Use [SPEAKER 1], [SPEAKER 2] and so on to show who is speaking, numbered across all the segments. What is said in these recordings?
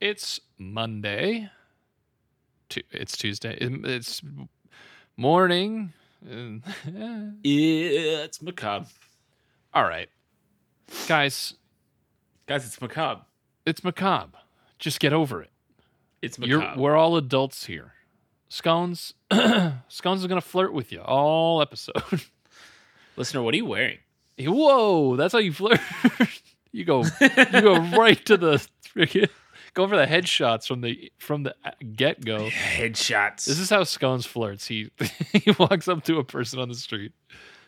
[SPEAKER 1] It's Monday. Tu- It's Tuesday. It- It's morning.
[SPEAKER 2] It's macabre.
[SPEAKER 1] All right. Guys,
[SPEAKER 2] Guys, it's macabre.
[SPEAKER 1] it's macabre. Just get over it.
[SPEAKER 2] It's
[SPEAKER 1] You're,
[SPEAKER 2] macabre.
[SPEAKER 1] we're all adults here. Scones, Scones is going to flirt with you all episode.
[SPEAKER 2] Listener, what are you wearing?
[SPEAKER 1] Whoa, that's how you flirt. you go you go right to the freaking go for the headshots from the from the get go.
[SPEAKER 2] Headshots.
[SPEAKER 1] This is how Scones flirts. He he walks up to a person on the street,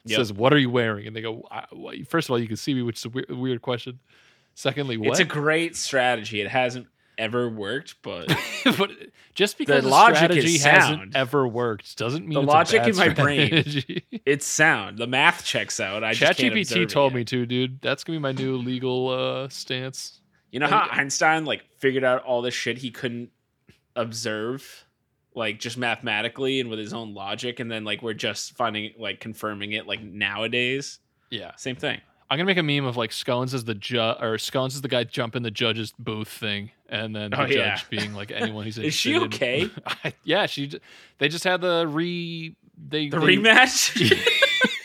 [SPEAKER 2] Yep.
[SPEAKER 1] says, "What are you wearing?" And they go, I, why- first of all, you can see me," which is a weird, weird question. Secondly, what?
[SPEAKER 2] It's a great strategy. It hasn't ever worked, but
[SPEAKER 1] but just because the
[SPEAKER 2] logic
[SPEAKER 1] strategy
[SPEAKER 2] is
[SPEAKER 1] hasn't
[SPEAKER 2] sound.
[SPEAKER 1] ever worked doesn't mean
[SPEAKER 2] The
[SPEAKER 1] it's a
[SPEAKER 2] logic
[SPEAKER 1] bad
[SPEAKER 2] in my brain.
[SPEAKER 1] strategy.
[SPEAKER 2] it's sound. The math checks out. I just can't observe
[SPEAKER 1] ChatGPT
[SPEAKER 2] it
[SPEAKER 1] told
[SPEAKER 2] yet.
[SPEAKER 1] me to, dude. That's gonna be my new legal uh, stance.
[SPEAKER 2] You know how Einstein like figured out all this shit he couldn't observe, like just mathematically and with his own logic, and then like we're just finding like confirming it like nowadays.
[SPEAKER 1] Yeah,
[SPEAKER 2] Same thing.
[SPEAKER 1] I'm gonna make a meme of like Scones is the judge or Scones is the guy jumping the judge's booth thing, and then the
[SPEAKER 2] Oh,
[SPEAKER 1] judge
[SPEAKER 2] yeah.
[SPEAKER 1] being like anyone who's
[SPEAKER 2] Is she
[SPEAKER 1] interested in-
[SPEAKER 2] okay?
[SPEAKER 1] yeah, she. j- They just had the re. They
[SPEAKER 2] The
[SPEAKER 1] they-
[SPEAKER 2] rematch.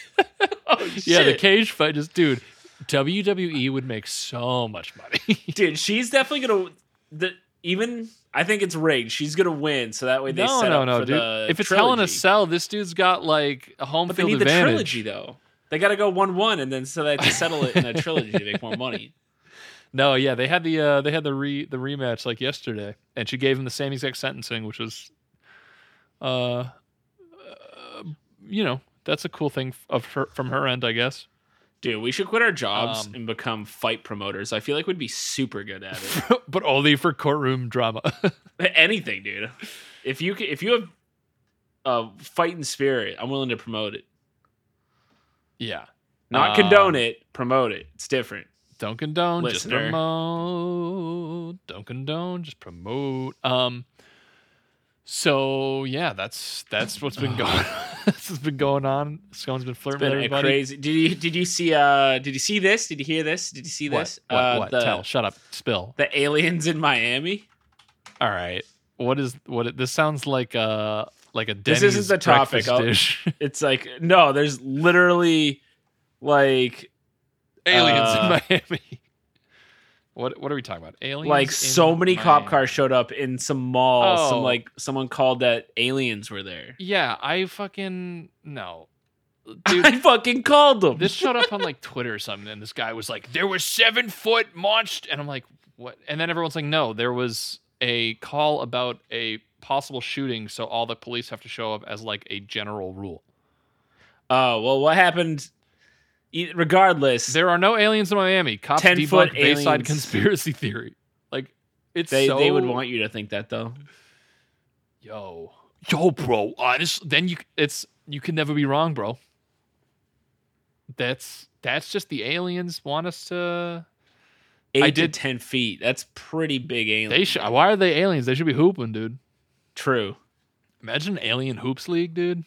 [SPEAKER 2] oh shit.
[SPEAKER 1] Yeah, the cage fight. Just dude, WWE would make so much money.
[SPEAKER 2] dude she's definitely gonna the even i think it's rigged she's gonna win so that way they
[SPEAKER 1] no,
[SPEAKER 2] set
[SPEAKER 1] no,
[SPEAKER 2] up
[SPEAKER 1] no,
[SPEAKER 2] for
[SPEAKER 1] dude.
[SPEAKER 2] the
[SPEAKER 1] If it's
[SPEAKER 2] trilogy.
[SPEAKER 1] Hell in a Cell, this dude's got like a home
[SPEAKER 2] but they
[SPEAKER 1] field
[SPEAKER 2] need the
[SPEAKER 1] advantage.
[SPEAKER 2] trilogy though they gotta go one one and then so they have to settle it in a trilogy to make more money
[SPEAKER 1] No, yeah, they had the uh, they had the re the rematch like yesterday, and she gave him the same exact sentencing, which was, uh, uh you know, that's a cool thing f- of her from her end, I guess.
[SPEAKER 2] dude we should quit our jobs
[SPEAKER 1] Um,
[SPEAKER 2] and become fight promoters i feel like we'd be super good at it
[SPEAKER 1] but only for courtroom drama.
[SPEAKER 2] anything dude if you ca- if you have a fighting spirit i'm willing to promote it
[SPEAKER 1] yeah,
[SPEAKER 2] not
[SPEAKER 1] Um,
[SPEAKER 2] condone it promote it it's different
[SPEAKER 1] Don't condone, just
[SPEAKER 2] Listener.
[SPEAKER 1] promote. Don't condone, just promote. Um. So yeah, that's that's what's been going. this has been going on. Scone's been flirting
[SPEAKER 2] been
[SPEAKER 1] with
[SPEAKER 2] a
[SPEAKER 1] everybody.
[SPEAKER 2] crazy did you did you see uh did you see this did you hear this did you see
[SPEAKER 1] What?
[SPEAKER 2] this
[SPEAKER 1] What?
[SPEAKER 2] uh
[SPEAKER 1] what?
[SPEAKER 2] the-
[SPEAKER 1] Tell. Shut up. Spill.
[SPEAKER 2] the aliens in Miami.
[SPEAKER 1] All right. What is what? It, this sounds like a like a Denny's
[SPEAKER 2] This isn't the topic.
[SPEAKER 1] breakfast
[SPEAKER 2] I'll-
[SPEAKER 1] dish.
[SPEAKER 2] It's like no, there's literally like
[SPEAKER 1] Aliens
[SPEAKER 2] Uh,
[SPEAKER 1] in Miami. What what are we talking about? Aliens.
[SPEAKER 2] like
[SPEAKER 1] in
[SPEAKER 2] so many cop
[SPEAKER 1] Miami.
[SPEAKER 2] cars showed up in some mall.
[SPEAKER 1] Oh.
[SPEAKER 2] Some like someone called that aliens were there.
[SPEAKER 1] Yeah, I fucking no, dude.
[SPEAKER 2] I fucking called them.
[SPEAKER 1] this showed up on like Twitter or something, and this guy was like, "There was seven foot monster," and I'm like, "What?" And then everyone's like, "No, there was a call about a possible shooting, so all the police have to show up as like a general rule."
[SPEAKER 2] Oh well, what happened? E- Regardless,
[SPEAKER 1] There are no aliens in Miami. Cops
[SPEAKER 2] 10 foot
[SPEAKER 1] debunk Bayside
[SPEAKER 2] aliens.
[SPEAKER 1] conspiracy theory. Like it's
[SPEAKER 2] they
[SPEAKER 1] so-
[SPEAKER 2] they would want you to think that though.
[SPEAKER 1] yo yo bro. Honest, then you it's you can never be wrong, bro. That's that's just the aliens want us to.
[SPEAKER 2] Eight
[SPEAKER 1] I
[SPEAKER 2] to
[SPEAKER 1] did-
[SPEAKER 2] ten feet. That's pretty big alien.
[SPEAKER 1] They should. Why are they aliens? They should be hooping, dude.
[SPEAKER 2] True.
[SPEAKER 1] Imagine Alien Hoops League, dude.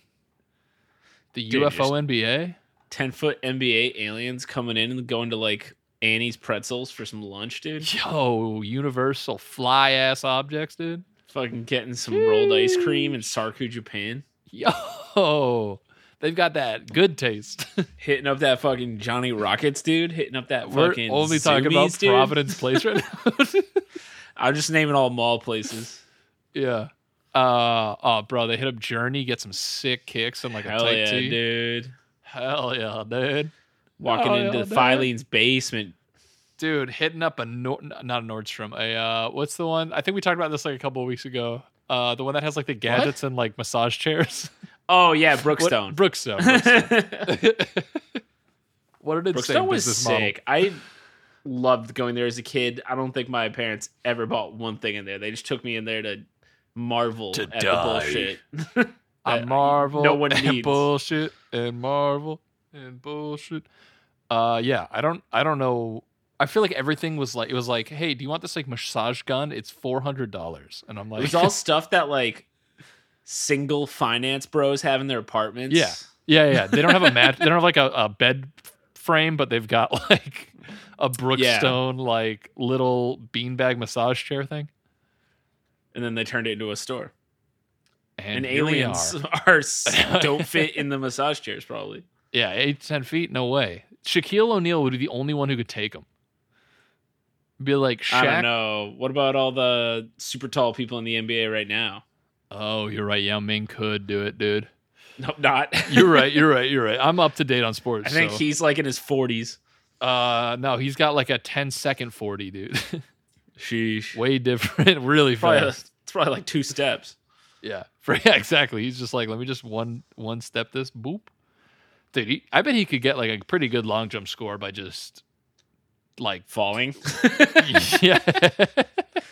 [SPEAKER 1] The
[SPEAKER 2] Dude,
[SPEAKER 1] UFO
[SPEAKER 2] just-
[SPEAKER 1] NBA.
[SPEAKER 2] Ten foot NBA aliens coming in and going to like Annie's pretzels for some lunch, dude.
[SPEAKER 1] Yo, universal fly ass objects, dude.
[SPEAKER 2] Fucking getting some rolled ice cream in Sarku, Japan.
[SPEAKER 1] Yo, they've got that good taste.
[SPEAKER 2] Hitting up that fucking Johnny Rockets, dude. Hitting up that
[SPEAKER 1] We're
[SPEAKER 2] fucking.
[SPEAKER 1] only talking about
[SPEAKER 2] Zoomies, dude.
[SPEAKER 1] Providence Place right now.
[SPEAKER 2] I'm just naming all mall places.
[SPEAKER 1] yeah. Uh oh, bro, they hit up Journey, get some sick kicks and like a
[SPEAKER 2] Hell
[SPEAKER 1] tight
[SPEAKER 2] yeah,
[SPEAKER 1] tee.
[SPEAKER 2] dude.
[SPEAKER 1] Hell yeah, dude.
[SPEAKER 2] Walking
[SPEAKER 1] Hell
[SPEAKER 2] into
[SPEAKER 1] Oh, yeah, dude.
[SPEAKER 2] Filene's basement.
[SPEAKER 1] Dude, hitting up a Nor- not a Nordstrom, a uh, what's the one? I think we talked about this like a couple of weeks ago. Uh, the one that has like the gadgets and like massage chairs.
[SPEAKER 2] Oh yeah,
[SPEAKER 1] What-
[SPEAKER 2] Brookstone.
[SPEAKER 1] Brookstone. Brookstone.
[SPEAKER 2] Brookstone,
[SPEAKER 1] what an insane
[SPEAKER 2] was
[SPEAKER 1] business model.
[SPEAKER 2] sick. I loved going there as a kid. I don't think my parents ever bought one thing in there. They just took me in there to marvel
[SPEAKER 1] To die.
[SPEAKER 2] at the bullshit.
[SPEAKER 1] I
[SPEAKER 2] that
[SPEAKER 1] marvel
[SPEAKER 2] Uh, no one
[SPEAKER 1] and
[SPEAKER 2] needs.
[SPEAKER 1] bullshit and marvel and bullshit. Uh, yeah, I don't, I don't know. I feel like everything was like it was like, hey, do you want this like massage gun? It's four hundred dollars, and I'm
[SPEAKER 2] It
[SPEAKER 1] like,
[SPEAKER 2] was all stuff that like single finance bros have in their apartments.
[SPEAKER 1] Yeah. yeah, yeah. They don't have a mat, they don't have like a, a bed frame, but they've got like a Brookstone like little beanbag massage chair thing.
[SPEAKER 2] and then they turned it into a store.
[SPEAKER 1] And,
[SPEAKER 2] And,
[SPEAKER 1] here we
[SPEAKER 2] aliens
[SPEAKER 1] are.
[SPEAKER 2] are. s- don't fit in the massage chairs probably.
[SPEAKER 1] Yeah, eight to ten feet, no way. Shaquille O'Neal would be the only one who could take him. Be like
[SPEAKER 2] I don't
[SPEAKER 1] Shaq.
[SPEAKER 2] know. What about all the super tall people in the NBA right now?
[SPEAKER 1] Oh, you're right. Yao Ming could do it, dude.
[SPEAKER 2] Nope, not.
[SPEAKER 1] You're right. You're right. You're right. I'm up to date on
[SPEAKER 2] I
[SPEAKER 1] sports.
[SPEAKER 2] think
[SPEAKER 1] so-
[SPEAKER 2] he's like in his forties.
[SPEAKER 1] Uh, no, he's got like a 10 second 40, dude.
[SPEAKER 2] Sheesh.
[SPEAKER 1] Way different. Really
[SPEAKER 2] Probably,
[SPEAKER 1] fast.
[SPEAKER 2] it's probably like two steps.
[SPEAKER 1] Yeah. For- yeah, exactly. He's just like, let me just one one step this boop. Dude, he, I bet he could get like a pretty good long jump score by just like
[SPEAKER 2] Falling.
[SPEAKER 1] yeah.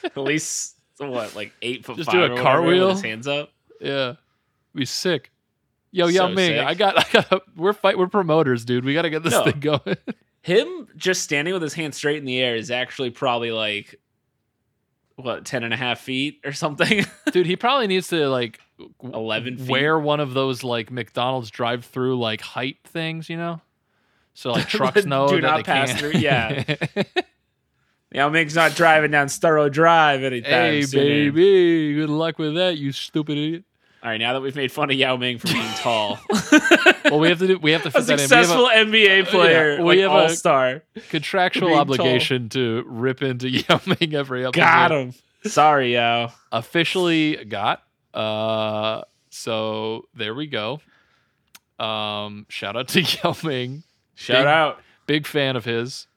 [SPEAKER 2] At least what, like eight foot
[SPEAKER 1] Just
[SPEAKER 2] five?
[SPEAKER 1] do a
[SPEAKER 2] or whatever with
[SPEAKER 1] cartwheel.
[SPEAKER 2] His hands up.
[SPEAKER 1] yeah. Be sick. Yo, Yao
[SPEAKER 2] So
[SPEAKER 1] Ming,
[SPEAKER 2] sick.
[SPEAKER 1] I got I got we're fight we're promoters, dude. We got to get this
[SPEAKER 2] No.
[SPEAKER 1] thing going.
[SPEAKER 2] Him just standing with his hands straight in the air is actually probably like what, 10 and a half feet or something?
[SPEAKER 1] dude, he probably needs to like
[SPEAKER 2] 11 feet.
[SPEAKER 1] wear one of those like McDonald's drive through like height things, you know? So like trucks
[SPEAKER 2] Like,
[SPEAKER 1] know
[SPEAKER 2] do
[SPEAKER 1] that
[SPEAKER 2] not
[SPEAKER 1] they
[SPEAKER 2] pass
[SPEAKER 1] can't.
[SPEAKER 2] through, yeah. Now Ming's not driving down Starro Drive anytime
[SPEAKER 1] hey
[SPEAKER 2] soon. eh?
[SPEAKER 1] baby, good luck with that, you stupid idiot.
[SPEAKER 2] All right, now that we've made fun of Yao Ming for being tall,
[SPEAKER 1] Well, we have to do, we have to
[SPEAKER 2] a
[SPEAKER 1] fit that in. We have
[SPEAKER 2] successful NBA player,
[SPEAKER 1] we
[SPEAKER 2] like
[SPEAKER 1] have a-
[SPEAKER 2] all star,
[SPEAKER 1] a contractual
[SPEAKER 2] being tall.
[SPEAKER 1] obligation to rip into Yao Ming every episode.
[SPEAKER 2] got him. Sorry, Yao.
[SPEAKER 1] Officially got. Uh, so there we go. Um, shout out to Yao Ming,
[SPEAKER 2] Shout
[SPEAKER 1] Big-
[SPEAKER 2] out.
[SPEAKER 1] big fan of his.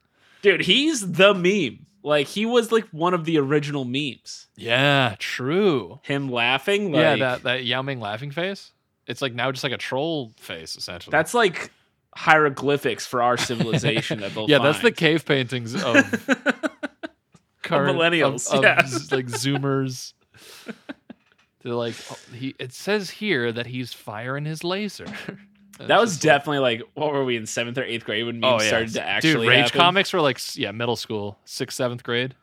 [SPEAKER 2] Dude, he's the meme. Like he was like one of the original memes.
[SPEAKER 1] Yeah, true.
[SPEAKER 2] Him laughing, like,
[SPEAKER 1] yeah, that that Yao Ming laughing face. It's like now just like a troll face essentially.
[SPEAKER 2] that's like hieroglyphics for our civilization. that they'll
[SPEAKER 1] yeah, that's the
[SPEAKER 2] find.
[SPEAKER 1] cave paintings of current
[SPEAKER 2] millennials,
[SPEAKER 1] of, of
[SPEAKER 2] yeah.
[SPEAKER 1] z- like zoomers. They're like oh, he. It says here that he's firing his laser. And
[SPEAKER 2] that
[SPEAKER 1] it's
[SPEAKER 2] was
[SPEAKER 1] just like-
[SPEAKER 2] definitely like what were we in seventh or eighth grade when memes
[SPEAKER 1] Oh yeah,
[SPEAKER 2] started to
[SPEAKER 1] dude.
[SPEAKER 2] actually
[SPEAKER 1] Rage
[SPEAKER 2] happen?
[SPEAKER 1] comics were like s- yeah, middle school, sixth, seventh grade,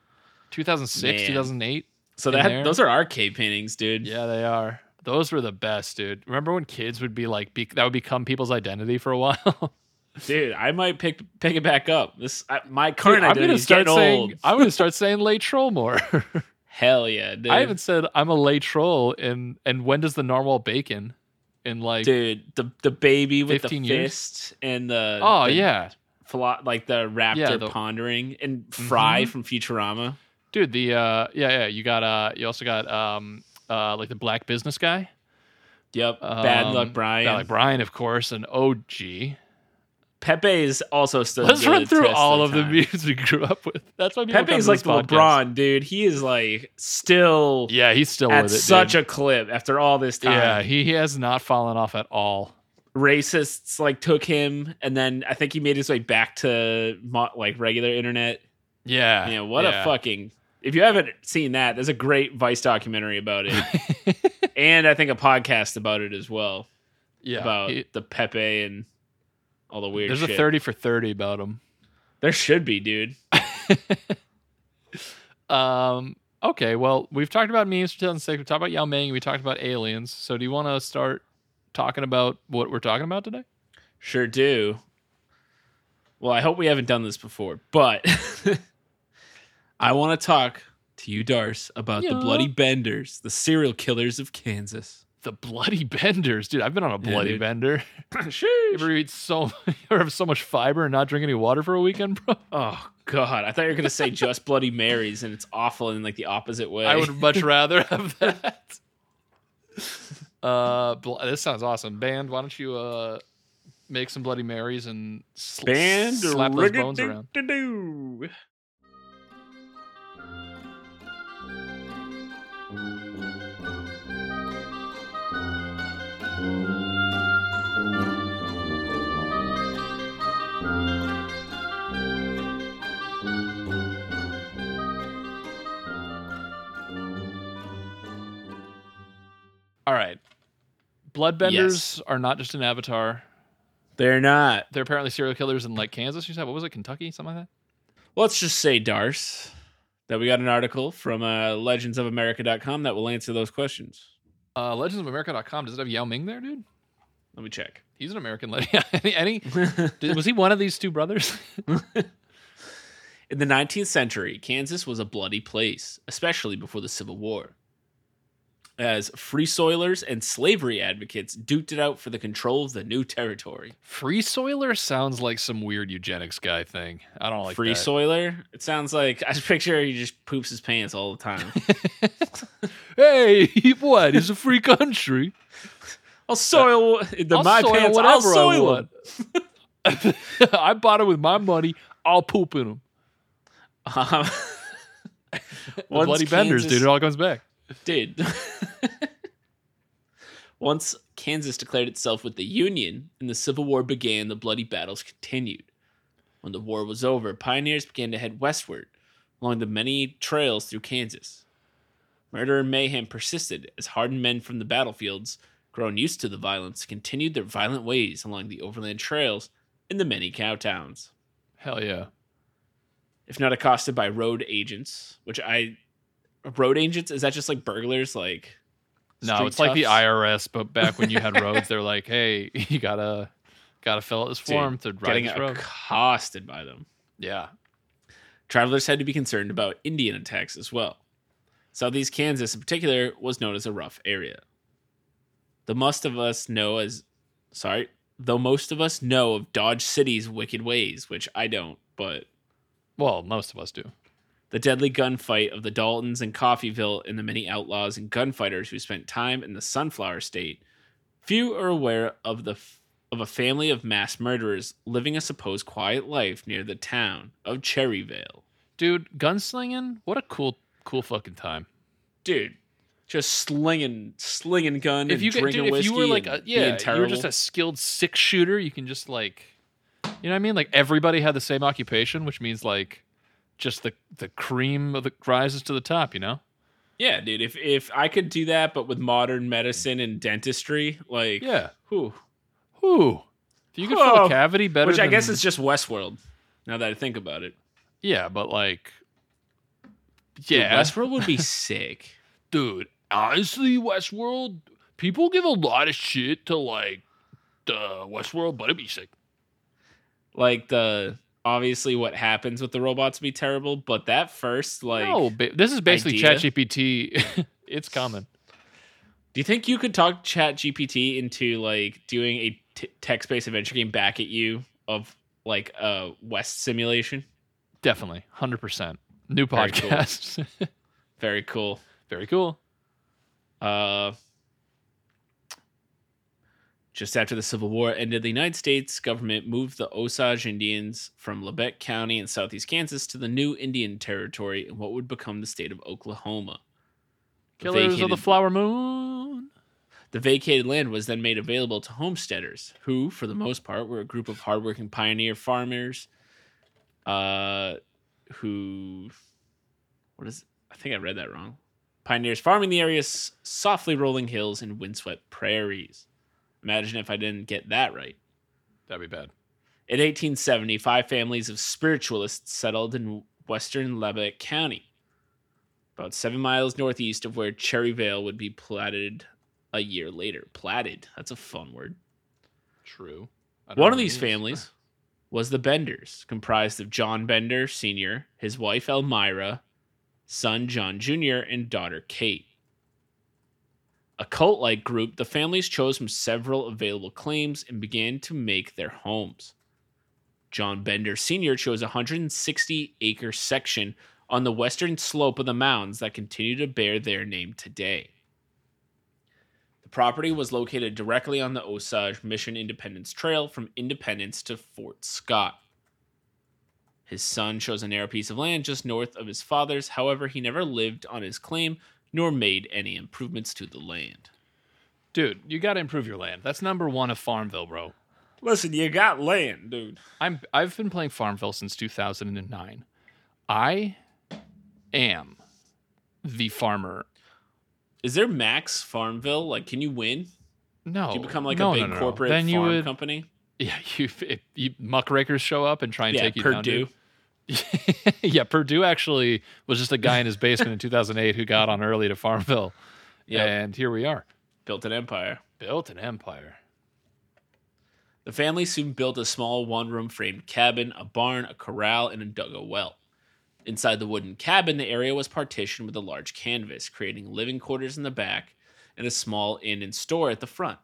[SPEAKER 1] two thousand six,
[SPEAKER 2] Man.
[SPEAKER 1] two thousand eight.
[SPEAKER 2] So
[SPEAKER 1] in there.
[SPEAKER 2] that those are arcade paintings, dude.
[SPEAKER 1] Yeah, they are. Those were the best, dude. Remember when kids would be like, be, that would become people's identity for a while.
[SPEAKER 2] Dude, I might pick pick it back up. This I, my current
[SPEAKER 1] Dude, I'm
[SPEAKER 2] identity
[SPEAKER 1] gonna
[SPEAKER 2] is
[SPEAKER 1] start
[SPEAKER 2] getting
[SPEAKER 1] saying
[SPEAKER 2] old.
[SPEAKER 1] I'm gonna start saying lay troll more.
[SPEAKER 2] Hell yeah, dude.
[SPEAKER 1] I haven't said I'm a lay troll in and when does the narwhal bacon in like
[SPEAKER 2] dude, the the baby with the
[SPEAKER 1] 15 years?
[SPEAKER 2] fist and the
[SPEAKER 1] oh
[SPEAKER 2] uh, the
[SPEAKER 1] yeah
[SPEAKER 2] philo- like the raptor
[SPEAKER 1] the- Mm-hmm.
[SPEAKER 2] pondering and Fry from Futurama.
[SPEAKER 1] dude the uh yeah yeah you got uh you also got um uh like the black business guy
[SPEAKER 2] Yep, bad luck
[SPEAKER 1] Um,
[SPEAKER 2] Brian.
[SPEAKER 1] Bad Luck Brian of course and OG
[SPEAKER 2] Pepe is also still.
[SPEAKER 1] let's
[SPEAKER 2] good
[SPEAKER 1] run
[SPEAKER 2] at
[SPEAKER 1] through
[SPEAKER 2] test
[SPEAKER 1] all of the
[SPEAKER 2] time.
[SPEAKER 1] memes we grew up with that's why people
[SPEAKER 2] Pepe's
[SPEAKER 1] come
[SPEAKER 2] like
[SPEAKER 1] to
[SPEAKER 2] the
[SPEAKER 1] this podcast.
[SPEAKER 2] LeBron dude. He is like still
[SPEAKER 1] yeah he's still
[SPEAKER 2] at
[SPEAKER 1] with it
[SPEAKER 2] such
[SPEAKER 1] dude.
[SPEAKER 2] a clip after all this time.
[SPEAKER 1] yeah he, he has not fallen off at all
[SPEAKER 2] racists like took him and then i think he made his way back to mo- like regular internet
[SPEAKER 1] yeah
[SPEAKER 2] yeah what
[SPEAKER 1] yeah.
[SPEAKER 2] a fucking if you haven't seen that there's a great vice documentary about it and i think a podcast about it as well
[SPEAKER 1] yeah
[SPEAKER 2] about
[SPEAKER 1] he-
[SPEAKER 2] the pepe and all the weird
[SPEAKER 1] there's
[SPEAKER 2] shit
[SPEAKER 1] a 30 for 30 about him
[SPEAKER 2] there should be dude
[SPEAKER 1] Um. Okay. Well, we've talked about memes for 2006. We talked about Yao Ming. We talked about aliens. So, do you want to start talking about what we're talking about today?
[SPEAKER 2] sure do well i hope we haven't done this before but i want to talk to you darce about
[SPEAKER 1] Yeah.
[SPEAKER 2] the bloody benders the serial killers of kansas
[SPEAKER 1] The bloody benders, dude. I've been on a
[SPEAKER 2] Yeah,
[SPEAKER 1] bloody
[SPEAKER 2] dude.
[SPEAKER 1] bender.
[SPEAKER 2] Sheesh.
[SPEAKER 1] You ever eat so you ever have so much fiber and not drink any water for a weekend, bro?
[SPEAKER 2] Oh God! I thought you were gonna say just Bloody Marys, and it's awful in like the opposite way.
[SPEAKER 1] I would much rather have that. Uh, bl- this sounds awesome, band. Why don't you uh make some bloody marys and sl- slap those bones around?
[SPEAKER 2] do.
[SPEAKER 1] All right. Bloodbenders
[SPEAKER 2] Yes.
[SPEAKER 1] are not just an avatar.
[SPEAKER 2] They're not.
[SPEAKER 1] they're apparently serial killers in like Kansas. You said what was it, Kentucky, something like
[SPEAKER 2] Let's just say, Darce, that we got an article from uh, legendsofamerica.com that will answer those questions.
[SPEAKER 1] that? Uh, LegendsOfAmerica.com. Does it have Yao Ming there, dude?
[SPEAKER 2] Let me check.
[SPEAKER 1] He's an American legend. any, any did- was he one of these two brothers?
[SPEAKER 2] In the 19th century, Kansas was a bloody place, especially before the Civil War. as free soilers and slavery advocates duked it out for the control of the new territory.
[SPEAKER 1] Free soiler sounds like some weird eugenics guy thing. I don't like
[SPEAKER 2] free
[SPEAKER 1] that.
[SPEAKER 2] soiler? It sounds like I just picture he just poops his pants all the time.
[SPEAKER 1] hey, what? It's a free country.
[SPEAKER 2] I'll soil the
[SPEAKER 1] I'll
[SPEAKER 2] my
[SPEAKER 1] soil
[SPEAKER 2] pants.
[SPEAKER 1] whatever
[SPEAKER 2] I'll soil
[SPEAKER 1] I
[SPEAKER 2] them.
[SPEAKER 1] want. I bought it with my money. I'll poop in them.
[SPEAKER 2] Um,
[SPEAKER 1] The bloody benders, dude. It all comes back.
[SPEAKER 2] dude. Dude. Once Kansas declared itself with the Union and the Civil War began, the bloody battles continued. When the war was over, pioneers began to head westward along the many trails through Kansas. Murder and mayhem persisted as hardened men from the battlefields, grown used to the violence, continued their violent ways along the overland trails in the many cow towns.
[SPEAKER 1] Hell yeah.
[SPEAKER 2] if not accosted by road agents, which I road agents is that just like burglars like
[SPEAKER 1] No,
[SPEAKER 2] street
[SPEAKER 1] it's like the
[SPEAKER 2] toughs?
[SPEAKER 1] IRS, but back when you had roads, they're like, hey, you gotta gotta fill out this
[SPEAKER 2] Dude,
[SPEAKER 1] form to ride
[SPEAKER 2] getting
[SPEAKER 1] this road.
[SPEAKER 2] accosted by them.
[SPEAKER 1] yeah.
[SPEAKER 2] Travelers had to be concerned about Indian attacks as well. Southeast Kansas, in particular, was known as a rough area. The most of us know as sorry, though most of us know of Dodge City's wicked ways, which I don't, but
[SPEAKER 1] Well, most of us do.
[SPEAKER 2] the deadly gunfight of the Daltons and Coffeeville and the many outlaws and gunfighters who spent time in the Sunflower State. Few are aware of the f- of a family of mass murderers living a supposed quiet life near the town of Cherryvale.
[SPEAKER 1] Dude, gunslinging, what a cool cool fucking time.
[SPEAKER 2] Dude, just slinging, slinging gun
[SPEAKER 1] if you
[SPEAKER 2] and
[SPEAKER 1] get,
[SPEAKER 2] drinking
[SPEAKER 1] dude, if
[SPEAKER 2] whiskey.
[SPEAKER 1] you were like a,
[SPEAKER 2] and
[SPEAKER 1] yeah,
[SPEAKER 2] being
[SPEAKER 1] you
[SPEAKER 2] terrible.
[SPEAKER 1] were just a skilled six shooter, you can just like you know what I mean? Like everybody had the same occupation, which means like just the the cream of the rises to the top, you know?
[SPEAKER 2] yeah, dude. If if I could do that, but with modern medicine and dentistry, like
[SPEAKER 1] Yeah.
[SPEAKER 2] whew.
[SPEAKER 1] Whew. If you could fill
[SPEAKER 2] Whoa.
[SPEAKER 1] a cavity better
[SPEAKER 2] which I
[SPEAKER 1] than-
[SPEAKER 2] guess is just Westworld. Now that I think about it,
[SPEAKER 1] Yeah, but like
[SPEAKER 2] Dude,
[SPEAKER 1] Yeah.
[SPEAKER 2] Westworld would be sick.
[SPEAKER 1] dude, honestly, Westworld, people give a lot of shit to like the Westworld, but it'd be sick.
[SPEAKER 2] like the obviously what happens with the robots would be terrible, but that first like
[SPEAKER 1] no, ba- this is basically
[SPEAKER 2] idea?
[SPEAKER 1] ChatGPT. it's common.
[SPEAKER 2] do you think you could talk chat GPT into like doing a t- text-based adventure game back at you of like a West simulation?
[SPEAKER 1] Definitely. 100%. New
[SPEAKER 2] Very cool.
[SPEAKER 1] podcast.
[SPEAKER 2] Very cool.
[SPEAKER 1] Very cool.
[SPEAKER 2] Uh just after the Civil War ended, the United States government moved the Osage Indians from Lebec County in southeast Kansas to the new Indian Territory in what would become the state of Oklahoma. The
[SPEAKER 1] Killers of the
[SPEAKER 2] vacated-
[SPEAKER 1] Flower Moon.
[SPEAKER 2] The vacated land was then made available to homesteaders, who, for the most part, were a group of hardworking pioneer farmers. Uh, who, what is? I think I read that wrong. Pioneers farming the area's softly rolling hills and windswept prairies. Imagine if I didn't get that right.
[SPEAKER 1] That'd be bad.
[SPEAKER 2] In 1870, five families of spiritualists settled in western Lubbock County, about seven miles northeast of where Cherryvale would be platted a year later. Platted, that's a fun word.
[SPEAKER 1] True. I don't
[SPEAKER 2] One
[SPEAKER 1] know what
[SPEAKER 2] of
[SPEAKER 1] it
[SPEAKER 2] these
[SPEAKER 1] is.
[SPEAKER 2] families was the Benders, comprised of John Bender Sr., his wife Elmira, son John Jr., and daughter Kate. A cult like group, the families chose from several available claims and began to make their homes. John Bender Sr. chose a 160 acre section on the western slope of the mounds that continue to bear their name today. The property was located directly on the Osage Mission Independence Trail from Independence to Fort Scott. His son chose a narrow piece of land just north of his father's. However, he never lived on his claim nor made any improvements to the land.
[SPEAKER 1] Dude, you got to improve your land. That's number one of Farmville, bro.
[SPEAKER 2] Listen, you got land, dude.
[SPEAKER 1] I'm I've been playing Farmville since 2009. I am the farmer.
[SPEAKER 2] Is there max Farmville? Like, can you win?
[SPEAKER 1] No,
[SPEAKER 2] Do you become like
[SPEAKER 1] Oh, no,
[SPEAKER 2] a big
[SPEAKER 1] no, no, no.
[SPEAKER 2] corporate
[SPEAKER 1] Then you
[SPEAKER 2] farm
[SPEAKER 1] would,
[SPEAKER 2] company?
[SPEAKER 1] yeah, you, if you muckrakers show up and try and
[SPEAKER 2] Yeah,
[SPEAKER 1] take you down.
[SPEAKER 2] Purdue.
[SPEAKER 1] dude. yeah, Purdue actually was just a guy in his basement in 2008 who got on early to Farmville,
[SPEAKER 2] Yep.
[SPEAKER 1] and here we are,
[SPEAKER 2] Built an empire.
[SPEAKER 1] built an empire.
[SPEAKER 2] The family soon built a small one room framed cabin, a barn, a corral, and a dug a well. Inside the wooden cabin, the area was partitioned with a large canvas, creating living quarters in the back and a small inn and store at the front.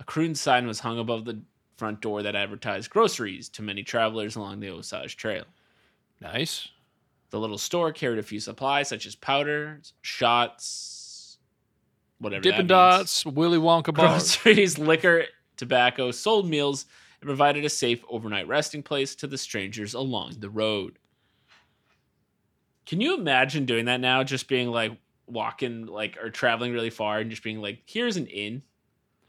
[SPEAKER 2] A croon sign was hung above the front door that advertised groceries to many travelers along the Osage Trail.
[SPEAKER 1] Nice.
[SPEAKER 2] The little store carried a few supplies such as powders, shots, whatever. that
[SPEAKER 1] Dippin'
[SPEAKER 2] means.
[SPEAKER 1] Dots, Willy Wonka bars.
[SPEAKER 2] groceries, liquor, tobacco, sold meals, and provided a safe overnight resting place to the strangers along the road. Can you imagine doing that now? Just being like walking, like or traveling really far, and just being like, "Here's an inn."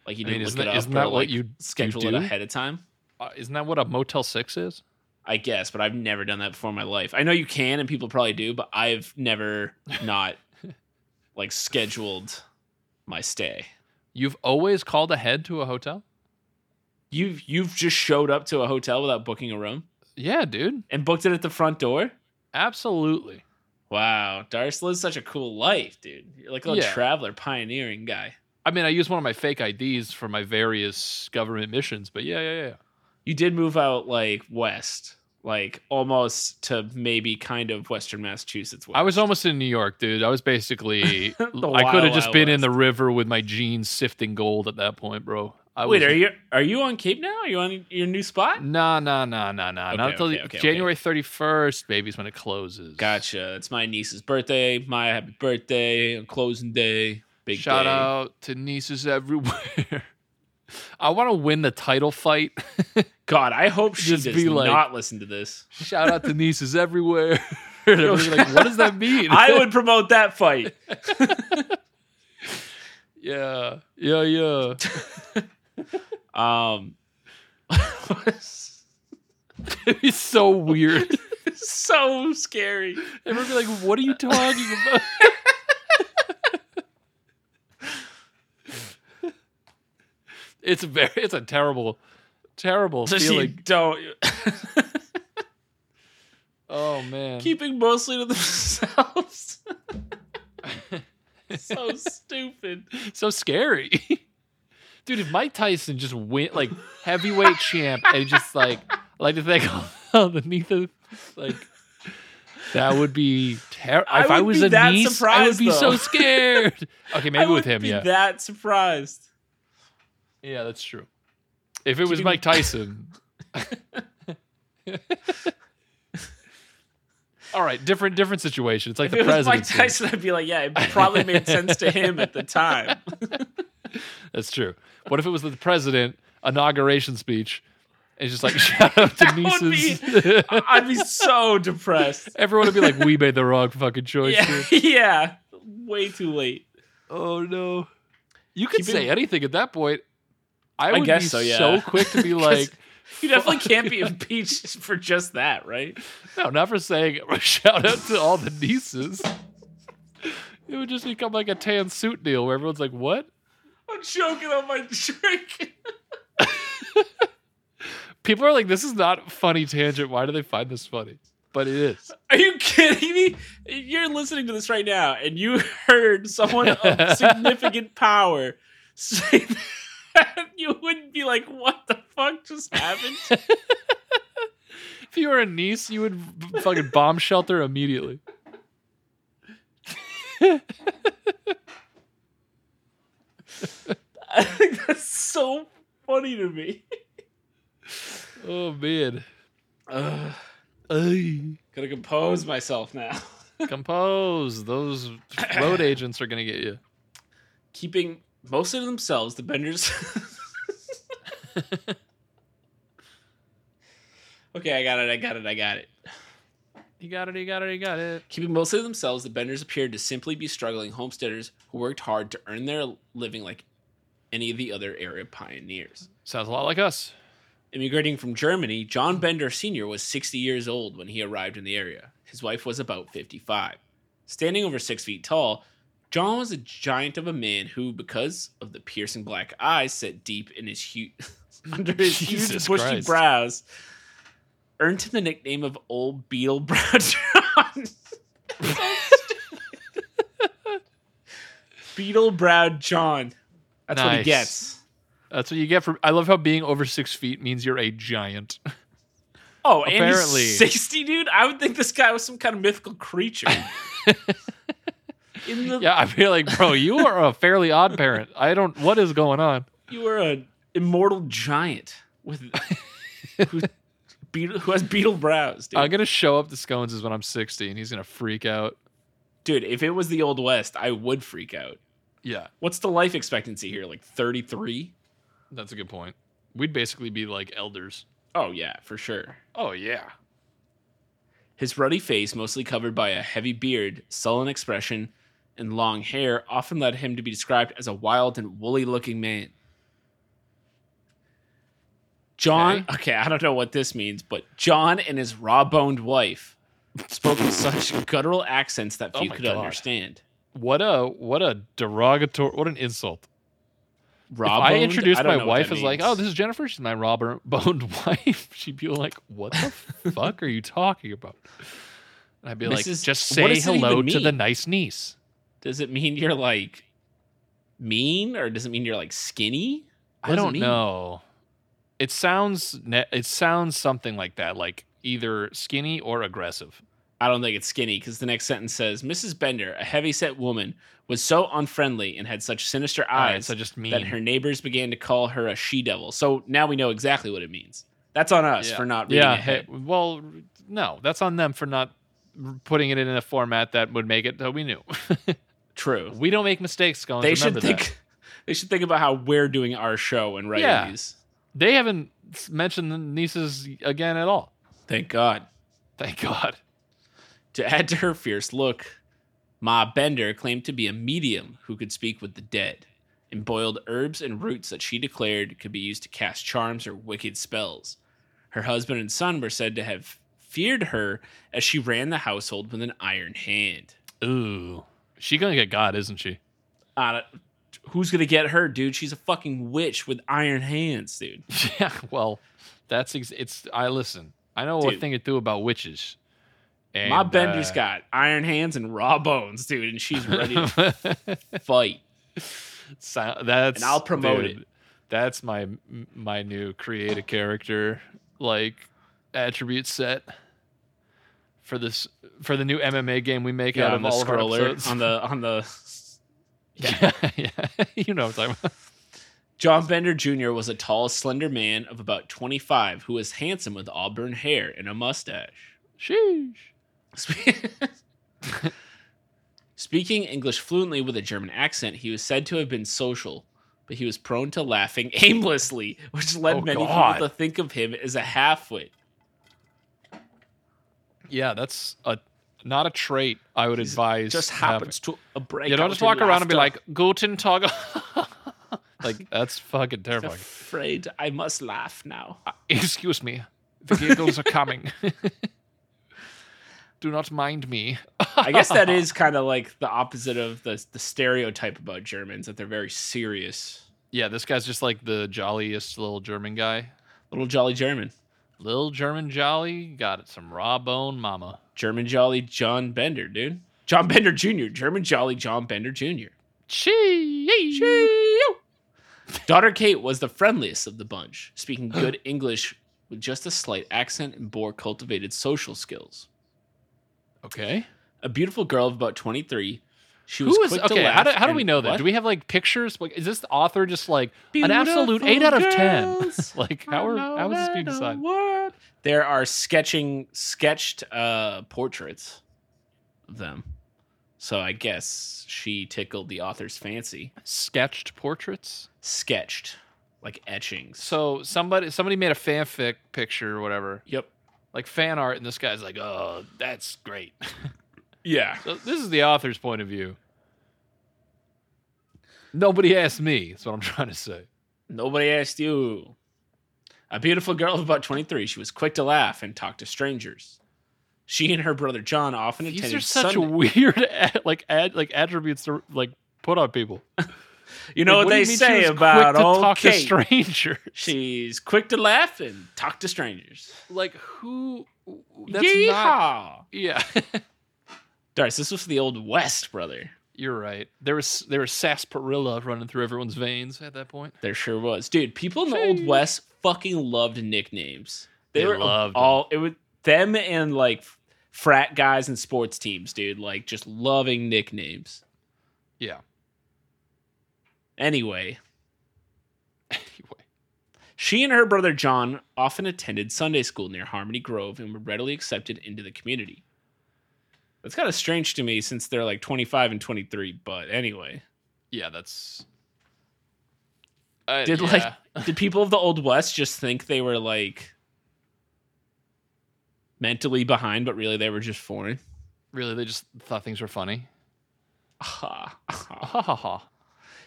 [SPEAKER 2] Like you
[SPEAKER 1] I
[SPEAKER 2] didn't
[SPEAKER 1] mean,
[SPEAKER 2] look
[SPEAKER 1] isn't
[SPEAKER 2] it
[SPEAKER 1] that,
[SPEAKER 2] up
[SPEAKER 1] isn't
[SPEAKER 2] or,
[SPEAKER 1] that what
[SPEAKER 2] like,
[SPEAKER 1] you?
[SPEAKER 2] schedule it
[SPEAKER 1] do?
[SPEAKER 2] ahead of time.
[SPEAKER 1] Uh, isn't that what a Motel Six is?
[SPEAKER 2] I guess, but I've never done that before in my life. I know you can, and people probably do, but I've never not like scheduled my stay.
[SPEAKER 1] You've always called ahead to a hotel.
[SPEAKER 2] You've you've just showed up to a hotel without booking a room
[SPEAKER 1] Yeah, dude.
[SPEAKER 2] and booked it at the front door.
[SPEAKER 1] Absolutely.
[SPEAKER 2] Wow, Darce lives such a cool life, dude. You're like a little
[SPEAKER 1] Yeah.
[SPEAKER 2] traveler, pioneering guy.
[SPEAKER 1] I mean, I use one of my fake IDs for my various government missions, but yeah, yeah, yeah.
[SPEAKER 2] You did move out like west, like almost to maybe kind of Western Massachusetts. West.
[SPEAKER 1] I was almost in New York, dude. I was basically.
[SPEAKER 2] The
[SPEAKER 1] I could
[SPEAKER 2] Wild
[SPEAKER 1] have just
[SPEAKER 2] Wild
[SPEAKER 1] been in
[SPEAKER 2] West.
[SPEAKER 1] the river with my jeans sifting gold at that point, bro. I
[SPEAKER 2] Wait,
[SPEAKER 1] was,
[SPEAKER 2] are you are you on Cape now? Are you on your new spot?
[SPEAKER 1] Nah, nah, nah, nah, nah. Not
[SPEAKER 2] Okay,
[SPEAKER 1] until
[SPEAKER 2] okay, okay, okay.
[SPEAKER 1] January thirty first, baby, is when it closes.
[SPEAKER 2] Gotcha. It's my niece's birthday. My happy birthday on closing day. Big
[SPEAKER 1] Shout
[SPEAKER 2] day.
[SPEAKER 1] out to nieces everywhere. I want to win the title fight.
[SPEAKER 2] God, I hope she
[SPEAKER 1] Just
[SPEAKER 2] does
[SPEAKER 1] be like-
[SPEAKER 2] not listen to this.
[SPEAKER 1] Shout out to nieces everywhere. They're gonna be like, what does that mean?
[SPEAKER 2] I would promote that fight.
[SPEAKER 1] yeah, yeah, yeah.
[SPEAKER 2] Um,
[SPEAKER 1] It'd be so weird.
[SPEAKER 2] so scary.
[SPEAKER 1] Everyone would be like, what are you talking about? it's very, it's a terrible, terrible
[SPEAKER 2] Just you
[SPEAKER 1] feeling.
[SPEAKER 2] don't
[SPEAKER 1] Oh man.
[SPEAKER 2] keeping mostly to themselves. so stupid.
[SPEAKER 1] so scary. Dude, if Mike Tyson just went like heavyweight champ and just like I'd like to thank all, all the nieces, like that would be terrible.
[SPEAKER 2] I
[SPEAKER 1] If I
[SPEAKER 2] wouldn't
[SPEAKER 1] was
[SPEAKER 2] be
[SPEAKER 1] a
[SPEAKER 2] that
[SPEAKER 1] niece, I would
[SPEAKER 2] surprised,
[SPEAKER 1] be so
[SPEAKER 2] though.
[SPEAKER 1] scared. Okay,
[SPEAKER 2] I
[SPEAKER 1] maybe with
[SPEAKER 2] wouldn't
[SPEAKER 1] him,
[SPEAKER 2] be
[SPEAKER 1] yeah,
[SPEAKER 2] That surprised.
[SPEAKER 1] yeah, that's true. If it was
[SPEAKER 2] Dude.
[SPEAKER 1] Mike Tyson, all right, different different situation. It's like
[SPEAKER 2] If
[SPEAKER 1] the
[SPEAKER 2] it was Mike
[SPEAKER 1] president.
[SPEAKER 2] Tyson, I'd be like, yeah, it probably made sense to him at the time.
[SPEAKER 1] That's true. What if it was the president inauguration speech? It's just like shout out to
[SPEAKER 2] That would
[SPEAKER 1] nieces.
[SPEAKER 2] I- I'd be so depressed.
[SPEAKER 1] Everyone would be like, "We made the wrong fucking choice."
[SPEAKER 2] Yeah,
[SPEAKER 1] Here.
[SPEAKER 2] yeah, way too late.
[SPEAKER 1] Oh no! You could
[SPEAKER 2] Keep it-
[SPEAKER 1] say anything at that point. I,
[SPEAKER 2] I
[SPEAKER 1] would
[SPEAKER 2] guess
[SPEAKER 1] be
[SPEAKER 2] so, yeah.
[SPEAKER 1] quick to be
[SPEAKER 2] 'Cause
[SPEAKER 1] like,
[SPEAKER 2] You definitely can't be impeached for just that, right?
[SPEAKER 1] "No, not for saying shout out to all the nieces." It would just become like a tan suit deal where everyone's like, "What?"
[SPEAKER 2] I'm choking on my drink.
[SPEAKER 1] People are like, "This is not a funny tangent. Why do they find this funny?" But it is.
[SPEAKER 2] Are you kidding me? You're listening to this right now, and you heard someone of significant power say that. You wouldn't be like, what the fuck just happened?
[SPEAKER 1] If you were a niece, you would b- fucking bomb shelter immediately.
[SPEAKER 2] I think that's so funny to me.
[SPEAKER 1] Oh man.
[SPEAKER 2] Ugh,
[SPEAKER 1] Ay.
[SPEAKER 2] gotta compose myself now.
[SPEAKER 1] Compose. Those road agents are gonna get you.
[SPEAKER 2] Keeping mostly to themselves, the Benders. okay, I got it, I got it, I got it.
[SPEAKER 1] You got it. You got it. You got it.
[SPEAKER 2] Keeping mostly to themselves, the Benders appeared to simply be struggling homesteaders who worked hard to earn their living like any of the other area pioneers.
[SPEAKER 1] Sounds a lot like us.
[SPEAKER 2] Immigrating from Germany, John Bender Sr. was 60 years old when he arrived in the area. His wife was about 55. Standing over six feet tall, John was a giant of a man who, because of the piercing black eyes set deep in his huge under his
[SPEAKER 1] Jesus
[SPEAKER 2] huge bushy
[SPEAKER 1] Christ.
[SPEAKER 2] brows, earned him the nickname of Old Beetle Brow John. Beetle Brow John. That's what he
[SPEAKER 1] Nice.
[SPEAKER 2] gets.
[SPEAKER 1] That's what you get from. I love how being over six feet means you're a giant.
[SPEAKER 2] Oh, and he's
[SPEAKER 1] Apparently.
[SPEAKER 2] 60, dude? I would think this guy was some kind of mythical creature. in the
[SPEAKER 1] Yeah, I feel like, bro, you are a fairly odd parent. I don't. What is going on?
[SPEAKER 2] you are an immortal giant with who, beetle, who has beetle brows, dude.
[SPEAKER 1] I'm gonna show up to Scones when I'm 60, and he's gonna freak out.
[SPEAKER 2] dude, if it was the old west, I would freak out.
[SPEAKER 1] Yeah,
[SPEAKER 2] What's the life expectancy here? Like 33?
[SPEAKER 1] that's a good point. We'd basically be like elders.
[SPEAKER 2] Oh yeah, for sure.
[SPEAKER 1] Oh yeah.
[SPEAKER 2] His ruddy face, mostly covered by a heavy beard, sullen expression, and long hair, often led him to be described as a wild and woolly looking man. John, okay. I don't know what this means, but John and his raw boned wife spoke with such guttural accents that
[SPEAKER 1] Oh
[SPEAKER 2] few
[SPEAKER 1] my
[SPEAKER 2] could
[SPEAKER 1] God.
[SPEAKER 2] understand.
[SPEAKER 1] What a what a derogatory. What an insult. If
[SPEAKER 2] Raw
[SPEAKER 1] I introduced my wife as like, oh, this is Jennifer. She's my raw boned wife. She'd be like, what the fuck are you talking about? And I'd be like,
[SPEAKER 2] Mrs.
[SPEAKER 1] just
[SPEAKER 2] What
[SPEAKER 1] say
[SPEAKER 2] does it even
[SPEAKER 1] hello to the
[SPEAKER 2] mean?"
[SPEAKER 1] nice niece.
[SPEAKER 2] does it mean you're like mean or does it mean you're like skinny? What
[SPEAKER 1] I
[SPEAKER 2] does it
[SPEAKER 1] don't
[SPEAKER 2] mean?
[SPEAKER 1] know. It sounds ne- it sounds something like that, like either skinny or aggressive.
[SPEAKER 2] I don't think it's skinny because the next sentence says Mrs. Bender, a heavyset woman, was so unfriendly and had such sinister
[SPEAKER 1] All right,
[SPEAKER 2] eyes
[SPEAKER 1] so just mean.
[SPEAKER 2] that her neighbors began to call her a she devil. So now we know exactly what it means. That's on us
[SPEAKER 1] Yeah.
[SPEAKER 2] for not reading
[SPEAKER 1] yeah.
[SPEAKER 2] ahead.
[SPEAKER 1] hey, well, no, that's on them for not r- putting it in a format that would make it that we knew.
[SPEAKER 2] True.
[SPEAKER 1] we don't make mistakes, Scones.
[SPEAKER 2] they should
[SPEAKER 1] remember
[SPEAKER 2] think.
[SPEAKER 1] that.
[SPEAKER 2] They should think about how we're doing our show and writing
[SPEAKER 1] Yeah.
[SPEAKER 2] these.
[SPEAKER 1] They haven't s- mentioned the nieces again at all.
[SPEAKER 2] Thank God.
[SPEAKER 1] Thank God.
[SPEAKER 2] To add to her fierce look, Ma Bender claimed to be a medium who could speak with the dead and boiled herbs and roots that she declared could be used to cast charms or wicked spells. Her husband and son were said to have feared her as she ran the household with an iron hand.
[SPEAKER 1] Ooh, she gonna get God, isn't she?
[SPEAKER 2] Uh, who's going to get her, dude? She's a fucking witch with iron hands, dude.
[SPEAKER 1] yeah. Well, that's ex- it's. I listen. I know a
[SPEAKER 2] Dude.
[SPEAKER 1] thing or two about witches. And,
[SPEAKER 2] Ma Bender's
[SPEAKER 1] uh,
[SPEAKER 2] got iron hands and raw bones, dude, and she's ready to fight.
[SPEAKER 1] So- that's
[SPEAKER 2] And I'll promote it.
[SPEAKER 1] That's my my new create a character like attribute set for this for the new MMA game we make out of
[SPEAKER 2] Yeah, on the
[SPEAKER 1] all of our
[SPEAKER 2] scroller,
[SPEAKER 1] episodes.
[SPEAKER 2] on the on the
[SPEAKER 1] yeah, yeah. you know what I'm talking about.
[SPEAKER 2] John Bender Jr. was a tall, slender man of about 25 who was handsome with auburn hair and a mustache.
[SPEAKER 1] Sheesh.
[SPEAKER 2] Spe- Speaking English fluently with a German accent, he was said to have been social, but he was prone to laughing aimlessly, which led
[SPEAKER 1] Oh,
[SPEAKER 2] many
[SPEAKER 1] God.
[SPEAKER 2] people to think of him as a halfwit.
[SPEAKER 1] Yeah, that's a not a trait I would
[SPEAKER 2] He's
[SPEAKER 1] advise.
[SPEAKER 2] Just
[SPEAKER 1] having.
[SPEAKER 2] happens to a break.
[SPEAKER 1] You don't just walk around and be like Guten Tag. like that's fucking terrifying.
[SPEAKER 2] afraid I must laugh now.
[SPEAKER 1] Excuse me, the giggles are coming. Do not mind me.
[SPEAKER 2] I guess that is kind of like the opposite of the the stereotype about Germans that they're very serious.
[SPEAKER 1] Yeah, this guy's just like the jolliest little German guy.
[SPEAKER 2] Little jolly German.
[SPEAKER 1] Little German jolly got some raw bone mama.
[SPEAKER 2] German Jolly John Bender, dude. John Bender Jr. German Jolly John Bender Jr.
[SPEAKER 1] Chee.
[SPEAKER 2] Daughter Kate was the friendliest of the bunch, speaking good English with just a slight accent and bore cultivated social skills.
[SPEAKER 1] Okay.
[SPEAKER 2] A beautiful girl of about 23, she was
[SPEAKER 1] Who is
[SPEAKER 2] quick to
[SPEAKER 1] okay?
[SPEAKER 2] laugh
[SPEAKER 1] How do, how do we
[SPEAKER 2] and-
[SPEAKER 1] know that?
[SPEAKER 2] What?
[SPEAKER 1] Do we have like pictures? Like, is this the author just like an absolute
[SPEAKER 2] Beautiful
[SPEAKER 1] eight out of ten?
[SPEAKER 2] girls
[SPEAKER 1] like, how are
[SPEAKER 2] all
[SPEAKER 1] how is this being
[SPEAKER 2] over the
[SPEAKER 1] decided?
[SPEAKER 2] world. There are sketching sketched uh, portraits of them. So I guess she tickled the author's fancy.
[SPEAKER 1] Sketched portraits.
[SPEAKER 2] sketched, like etchings.
[SPEAKER 1] So somebody somebody made a fanfic picture or whatever,
[SPEAKER 2] yep.
[SPEAKER 1] like fan art, and this guy's like, "Oh, that's great."
[SPEAKER 2] Yeah.
[SPEAKER 1] So this is the author's point of view. Nobody asked me. That's what I'm trying to say.
[SPEAKER 2] Nobody asked you. A beautiful girl of about 23, she was quick to laugh and talk to strangers. She and her brother John often
[SPEAKER 1] These
[SPEAKER 2] attended
[SPEAKER 1] are such
[SPEAKER 2] Sunday-
[SPEAKER 1] weird ad, like ad, like attributes to like put on people.
[SPEAKER 2] You know
[SPEAKER 1] Like,
[SPEAKER 2] what
[SPEAKER 1] do
[SPEAKER 2] they
[SPEAKER 1] you mean she
[SPEAKER 2] say
[SPEAKER 1] was
[SPEAKER 2] about
[SPEAKER 1] quick to
[SPEAKER 2] old
[SPEAKER 1] talk
[SPEAKER 2] Kate.
[SPEAKER 1] to strangers.
[SPEAKER 2] She's quick to laugh and talk to strangers.
[SPEAKER 1] Like who? That's
[SPEAKER 2] That's
[SPEAKER 1] not.
[SPEAKER 2] Yeehaw!
[SPEAKER 1] Yeah,
[SPEAKER 2] Darce, this was the old West, brother.
[SPEAKER 1] you're right. There was there was sarsaparilla running through everyone's veins at that point.
[SPEAKER 2] There sure was, dude. People in the old
[SPEAKER 1] Sheesh.
[SPEAKER 2] west fucking loved nicknames. They,
[SPEAKER 1] They
[SPEAKER 2] were
[SPEAKER 1] loved 'em.
[SPEAKER 2] all. It was them and like frat guys and sports teams, dude. Like just loving nicknames.
[SPEAKER 1] Yeah.
[SPEAKER 2] Anyway,
[SPEAKER 1] Anyway.
[SPEAKER 2] She and her brother John often attended Sunday school near Harmony Grove and were readily accepted into the community. That's kind of strange to me since they're like 25 and 23, but anyway.
[SPEAKER 1] Yeah, that's. Uh,
[SPEAKER 2] Did, like-
[SPEAKER 1] yeah.
[SPEAKER 2] Did people of the Old West just think they were like mentally behind, but really they were just foreign?
[SPEAKER 1] really? They just thought things were funny.
[SPEAKER 2] Ah, ah.
[SPEAKER 1] Ha ha ha.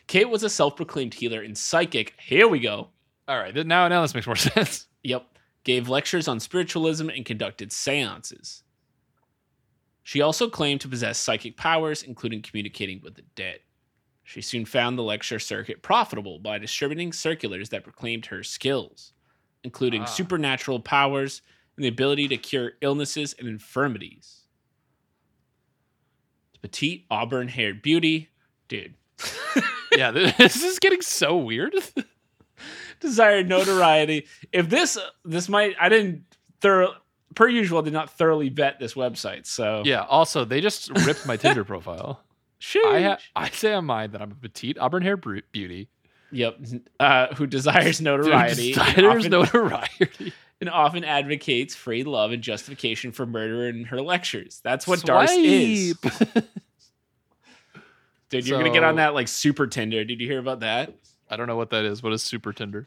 [SPEAKER 2] Kate was a self proclaimed healer and psychic. Here we go.
[SPEAKER 1] All right, th- now now this makes more sense.
[SPEAKER 2] Yep. Gave lectures on spiritualism and conducted seances. She also claimed to possess psychic powers, including communicating with the dead. She soon found the lecture circuit profitable by distributing circulars that proclaimed her skills, including
[SPEAKER 1] Ah.
[SPEAKER 2] supernatural powers and the ability to cure illnesses and infirmities. Petite auburn haired beauty, dude.
[SPEAKER 1] yeah, th- this is getting so weird.
[SPEAKER 2] desired notoriety. If this this might I didn't thorough per usual I did not thoroughly vet this website. So
[SPEAKER 1] yeah. Also, they just ripped my Tinder profile.
[SPEAKER 2] Sheesh.
[SPEAKER 1] I ha- I say on mine that I'm a petite auburn hair brute beauty.
[SPEAKER 2] yep. Uh, who desires notoriety? and
[SPEAKER 1] There's
[SPEAKER 2] often-
[SPEAKER 1] notoriety.
[SPEAKER 2] and often advocates free love and justification for murder in her lectures. That's what Darce
[SPEAKER 1] Darcy
[SPEAKER 2] is. Dude, you're gonna get on
[SPEAKER 1] So-
[SPEAKER 2] that like super Tinder. Did you hear about that?
[SPEAKER 1] I don't know what that is. What is super Tinder?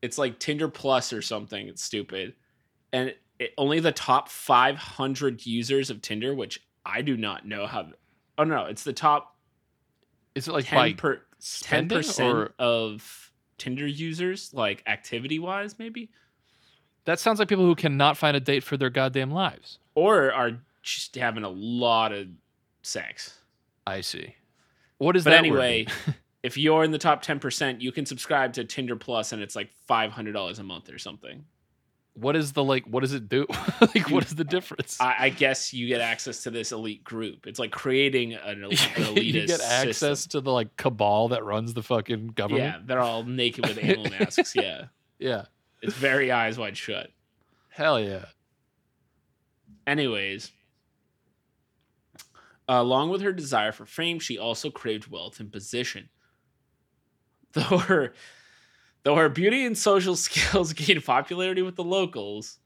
[SPEAKER 2] It's like Tinder Plus or something. It's stupid, and it, only the top 500 users of Tinder, which I do not know how. Oh no, it's the top
[SPEAKER 1] Is it like
[SPEAKER 2] 10
[SPEAKER 1] by
[SPEAKER 2] per ten
[SPEAKER 1] spending
[SPEAKER 2] percent
[SPEAKER 1] or
[SPEAKER 2] of Tinder users, like activity wise, maybe,
[SPEAKER 1] that sounds like people who cannot find a date for their goddamn lives.
[SPEAKER 2] or are just having a lot of sex.
[SPEAKER 1] I see. What is
[SPEAKER 2] but
[SPEAKER 1] that? word?
[SPEAKER 2] anyway, if you're in the top ten percent, you can subscribe to Tinder Plus, and it's like five hundred dollars a month or something.
[SPEAKER 1] what is the like? What does it do? like, what is the difference?
[SPEAKER 2] I, I guess you get access to this elite group. It's like creating an, el- an elitist.
[SPEAKER 1] you get access
[SPEAKER 2] system.
[SPEAKER 1] to the like cabal that runs the fucking
[SPEAKER 2] Yeah,
[SPEAKER 1] government.
[SPEAKER 2] they're all naked with animal masks. Yeah,
[SPEAKER 1] Yeah.
[SPEAKER 2] it's very eyes wide shut.
[SPEAKER 1] Hell yeah.
[SPEAKER 2] Anyways, along with her desire for fame, she also craved wealth and position. Though her, though her beauty and social skills gained popularity with the locals,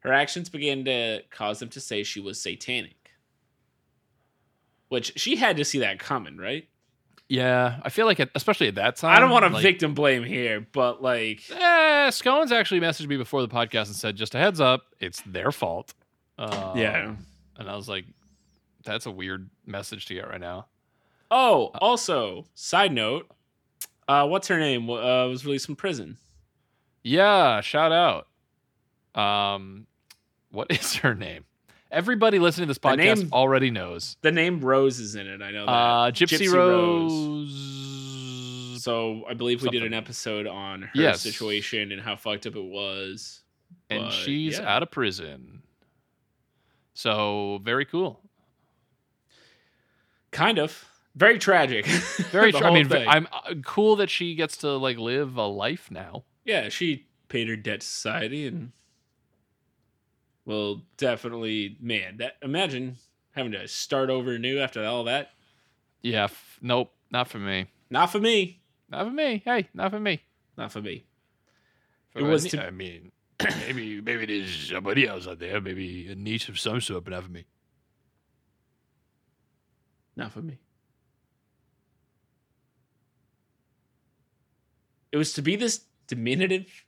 [SPEAKER 2] her actions began to cause them to say she was satanic. Which she had to see that coming, right?
[SPEAKER 1] Yeah. I feel like, at, especially at that time.
[SPEAKER 2] I don't want to
[SPEAKER 1] like,
[SPEAKER 2] victim blame here, but like,
[SPEAKER 1] Eh, Scones actually messaged me before the podcast and said, just a heads up, it's their fault. Uh, And I was like, that's a weird message to get right now.
[SPEAKER 2] Oh, also, side note, uh, what's her name? Uh, was released from prison.
[SPEAKER 1] Yeah. Shout out. Um, What is her name? Everybody listening to this
[SPEAKER 2] Her
[SPEAKER 1] podcast
[SPEAKER 2] name-
[SPEAKER 1] already knows.
[SPEAKER 2] The name Rose is in it. I know that.
[SPEAKER 1] Uh, Gypsy,
[SPEAKER 2] Gypsy
[SPEAKER 1] Rose.
[SPEAKER 2] so I believe we did
[SPEAKER 1] something.
[SPEAKER 2] an episode on her
[SPEAKER 1] Yes.
[SPEAKER 2] situation and how fucked up it was.
[SPEAKER 1] and
[SPEAKER 2] But,
[SPEAKER 1] she's
[SPEAKER 2] yeah.
[SPEAKER 1] out of prison. So very cool.
[SPEAKER 2] Kind of very tragic.
[SPEAKER 1] Very.
[SPEAKER 2] The
[SPEAKER 1] tr- I
[SPEAKER 2] whole
[SPEAKER 1] mean,
[SPEAKER 2] thing.
[SPEAKER 1] I'm uh, cool that she gets to like live a life now.
[SPEAKER 2] yeah, she paid her debt to society and will definitely man that imagine having to start over new after all that.
[SPEAKER 1] Yeah. F- nope. Not for me.
[SPEAKER 2] Not for me.
[SPEAKER 1] Not for me. Hey, not for me.
[SPEAKER 2] Not for me.
[SPEAKER 1] For
[SPEAKER 2] It was
[SPEAKER 1] a-
[SPEAKER 2] to-
[SPEAKER 1] I mean, maybe maybe there's somebody else out there. Maybe a niche of some sort, but not for me.
[SPEAKER 2] Not for me. It was to be this diminutive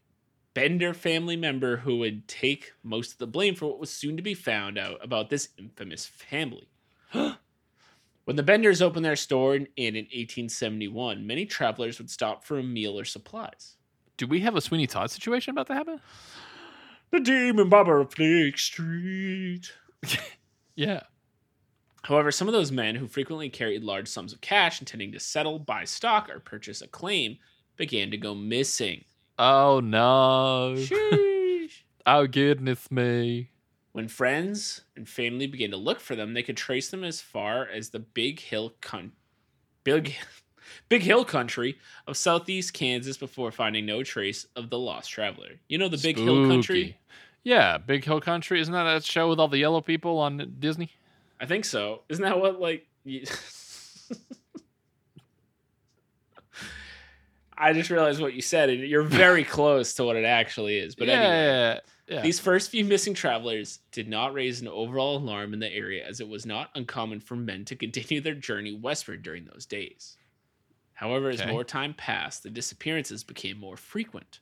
[SPEAKER 2] Bender family member who would take most of the blame for what was soon to be found out about this infamous family. when the Benders opened their store and inn in 1871, many travelers would stop for a meal or supplies.
[SPEAKER 1] Do we have a Sweeney Todd situation about to happen?
[SPEAKER 2] The Demon Barber of Lake Street.
[SPEAKER 1] Yeah.
[SPEAKER 2] However, some of those men who frequently carried large sums of cash intending to settle, buy stock, or purchase a claim began to go missing.
[SPEAKER 1] Oh no.
[SPEAKER 2] Sheesh.
[SPEAKER 1] oh goodness me.
[SPEAKER 2] when friends and family began to look for them, they could trace them as far as the Big Hill con- Big Big Hill country of southeast Kansas before finding no trace of the lost traveler. You know the Big Hill country?
[SPEAKER 1] Spooky. Yeah, Big Hill Country. Isn't that that show with all the yellow people on Disney?
[SPEAKER 2] I think so. Isn't that what like you- I just realized what you said, and you're very close to what it actually is. But
[SPEAKER 1] yeah,
[SPEAKER 2] anyway,
[SPEAKER 1] yeah, yeah.
[SPEAKER 2] these first few missing travelers did not raise an overall alarm in the area, as it was not uncommon for men to continue their journey westward during those days. However, as
[SPEAKER 1] Okay.
[SPEAKER 2] more time passed, the disappearances became more frequent.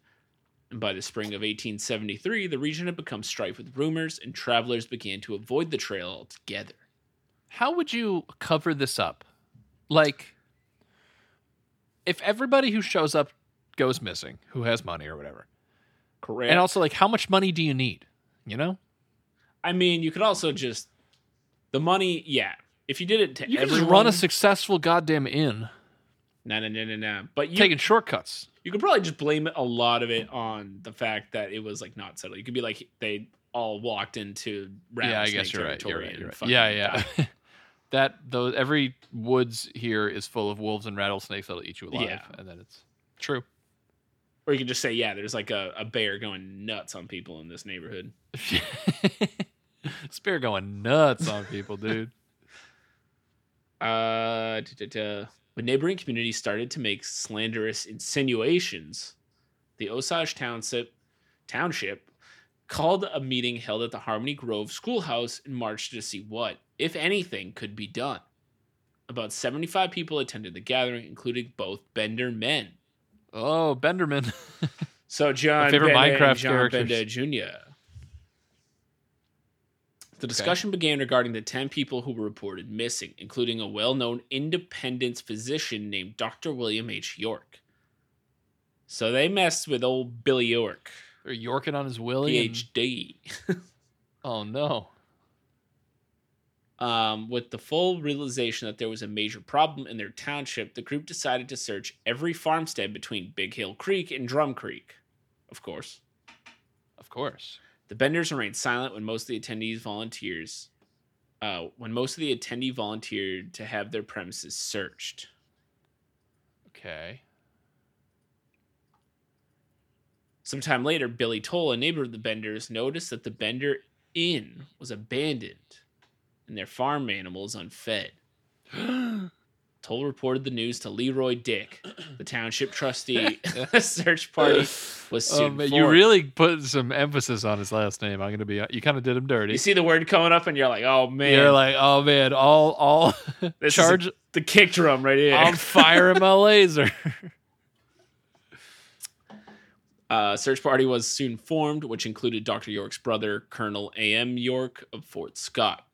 [SPEAKER 2] And by the spring of 1873, the region had become striped with rumors, and travelers began to avoid the trail altogether.
[SPEAKER 1] How would you cover this up? Like, if everybody who shows up goes missing, who has money or whatever,
[SPEAKER 2] Correct.
[SPEAKER 1] and also like, how much money do you need? You know,
[SPEAKER 2] I mean, you could also just the money. Yeah, if you did it to
[SPEAKER 1] you can
[SPEAKER 2] everyone,
[SPEAKER 1] just run a successful goddamn inn,
[SPEAKER 2] no, no, no, no, no. But you,
[SPEAKER 1] taking shortcuts.
[SPEAKER 2] you could probably just blame a lot of it on the fact that it was like not settled. You could be like they all walked into
[SPEAKER 1] yeah, I
[SPEAKER 2] rattlesnake
[SPEAKER 1] guess you're right. You're
[SPEAKER 2] territory
[SPEAKER 1] right.
[SPEAKER 2] and
[SPEAKER 1] You're right.
[SPEAKER 2] fucking
[SPEAKER 1] Yeah, yeah.
[SPEAKER 2] died.
[SPEAKER 1] that though, every woods here is full of wolves and rattlesnakes that'll eat you alive,
[SPEAKER 2] Yeah.
[SPEAKER 1] and then it's true.
[SPEAKER 2] Or you could just say, yeah, there's like a, a bear going nuts on people in this neighborhood.
[SPEAKER 1] Spear going nuts on people, dude.
[SPEAKER 2] Uh, duh, duh, duh. when neighboring communities started to make slanderous insinuations, the Osage Township Township called a meeting held at the Harmony Grove Schoolhouse in March to see what, if anything, could be done. About 75 people attended the gathering, including both Bender men.
[SPEAKER 1] Oh, Benderman.
[SPEAKER 2] So John
[SPEAKER 1] favorite
[SPEAKER 2] Bennett
[SPEAKER 1] Minecraft
[SPEAKER 2] and John
[SPEAKER 1] characters.
[SPEAKER 2] Bennett Jr. The discussion began regarding the 10 people who were reported missing, including a well known independence physician named Dr. William H. York. So they messed with old Billy York,
[SPEAKER 1] They're yorking on his willy. and-
[SPEAKER 2] PhD,
[SPEAKER 1] Oh no.
[SPEAKER 2] um, with the full realization that there was a major problem in their township. The group decided to search every farmstead between Big Hill Creek and Drum Creek, of course.
[SPEAKER 1] Of course.
[SPEAKER 2] The benders remained silent when most of the attendees volunteers uh, when most of the attendee volunteered to have their premises searched.
[SPEAKER 1] Okay.
[SPEAKER 2] Sometime later, Billy Toll, a neighbor of the Benders, noticed that the Bender Inn was abandoned and their farm animals unfed. Toll reported the news to Leroy Dick, the township trustee. the search party was
[SPEAKER 1] Oh,
[SPEAKER 2] soon
[SPEAKER 1] man, you
[SPEAKER 2] formed.
[SPEAKER 1] really put some emphasis on his last name. I'm gonna be. You kind of did him dirty.
[SPEAKER 2] You see the word coming up, and you're like, "Oh man,
[SPEAKER 1] You're like, oh man, all all
[SPEAKER 2] This is a-
[SPEAKER 1] charge.
[SPEAKER 2] the kick drum right here."
[SPEAKER 1] I'm firing my laser.
[SPEAKER 2] Uh, search party was soon formed, which included Dr. York's brother, Colonel A.M. York of Fort Scott.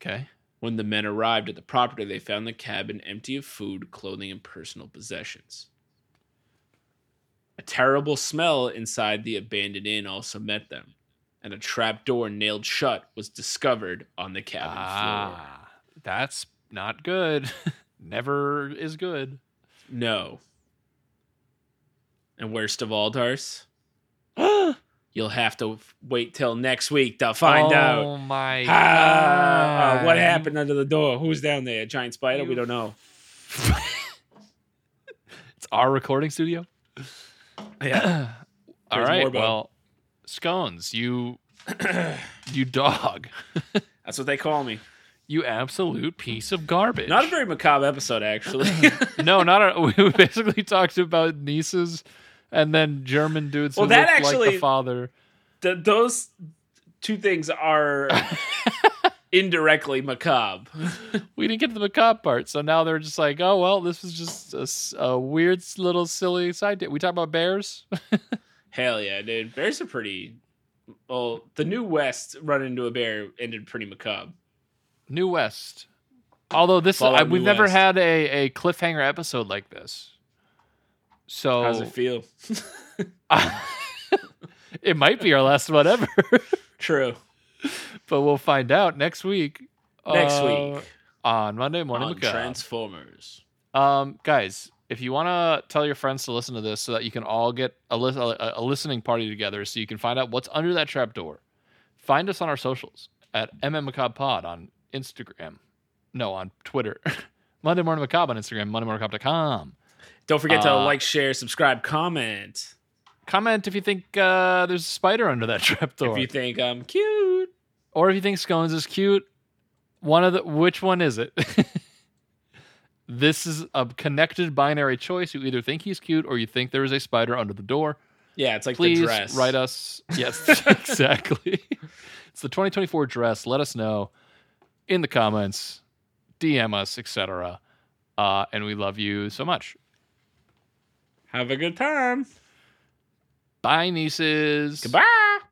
[SPEAKER 1] Okay.
[SPEAKER 2] When the men arrived at the property, they found the cabin empty of food, clothing, and personal possessions. A terrible smell inside the abandoned inn also met them, and a trap door nailed shut was discovered on the cabin floor.
[SPEAKER 1] Ah, that's not good. Never is good.
[SPEAKER 2] No. And worst of all, Darce, you'll have to f- wait till next week to find
[SPEAKER 1] oh,
[SPEAKER 2] out.
[SPEAKER 1] my
[SPEAKER 2] Ah,
[SPEAKER 1] god!
[SPEAKER 2] uh, what happened under the door? Who's down there? A giant spider? We
[SPEAKER 1] You-
[SPEAKER 2] don't know.
[SPEAKER 1] It's our recording studio. Yeah. All
[SPEAKER 2] There's
[SPEAKER 1] right.
[SPEAKER 2] more, bud.
[SPEAKER 1] well, scones, you, you dog,
[SPEAKER 2] That's what they call me.
[SPEAKER 1] you absolute piece of garbage.
[SPEAKER 2] Not a very macabre episode, actually.
[SPEAKER 1] no, not a, we basically talked about nieces and then German dudes
[SPEAKER 2] Well,
[SPEAKER 1] who
[SPEAKER 2] that
[SPEAKER 1] looked like
[SPEAKER 2] actually-
[SPEAKER 1] the father.
[SPEAKER 2] Th- those two things are indirectly macabre.
[SPEAKER 1] We didn't get to the macabre part, so now they're just like, oh well, this was just a s- a, weird little silly side. Di- we talk about bears.
[SPEAKER 2] Hell yeah, dude. Bears are pretty. Well, the New West run into a bear ended pretty macabre.
[SPEAKER 1] New West. Although this,
[SPEAKER 2] Follow
[SPEAKER 1] I,
[SPEAKER 2] New
[SPEAKER 1] we've never
[SPEAKER 2] West.
[SPEAKER 1] had a, a cliffhanger episode like this. So
[SPEAKER 2] How's it feel?
[SPEAKER 1] it might be our last one ever,
[SPEAKER 2] True.
[SPEAKER 1] but we'll find out next week.
[SPEAKER 2] Next
[SPEAKER 1] uh,
[SPEAKER 2] week
[SPEAKER 1] on Monday morning.
[SPEAKER 2] on
[SPEAKER 1] Macabre.
[SPEAKER 2] Transformers.
[SPEAKER 1] um, guys, if you want to tell your friends to listen to this, so that you can all get a, lis- a, a listening party together, so you can find out what's under that trapdoor. Find us on our socials at MM Macabre Pod on Instagram. No, on Twitter. Monday Morning Macabre on Instagram. MondayMorningMacabre.com.
[SPEAKER 2] Don't forget to
[SPEAKER 1] Uh,
[SPEAKER 2] like, share, subscribe, comment
[SPEAKER 1] comment if you think uh, there's a spider under that trapdoor,
[SPEAKER 2] if you think I'm cute.
[SPEAKER 1] or if you think scones is cute. One of the which one is it? This is a connected binary choice. You either think he's cute or you think there is a spider under the door.
[SPEAKER 2] Yeah, it's like the
[SPEAKER 1] Please
[SPEAKER 2] dress.
[SPEAKER 1] write us. Yes, exactly. it's the 2024 dress. Let us know in the comments, DM us, etc. Uh, and we love you so much.
[SPEAKER 2] Have a good time.
[SPEAKER 1] Bye, nieces.
[SPEAKER 2] Goodbye.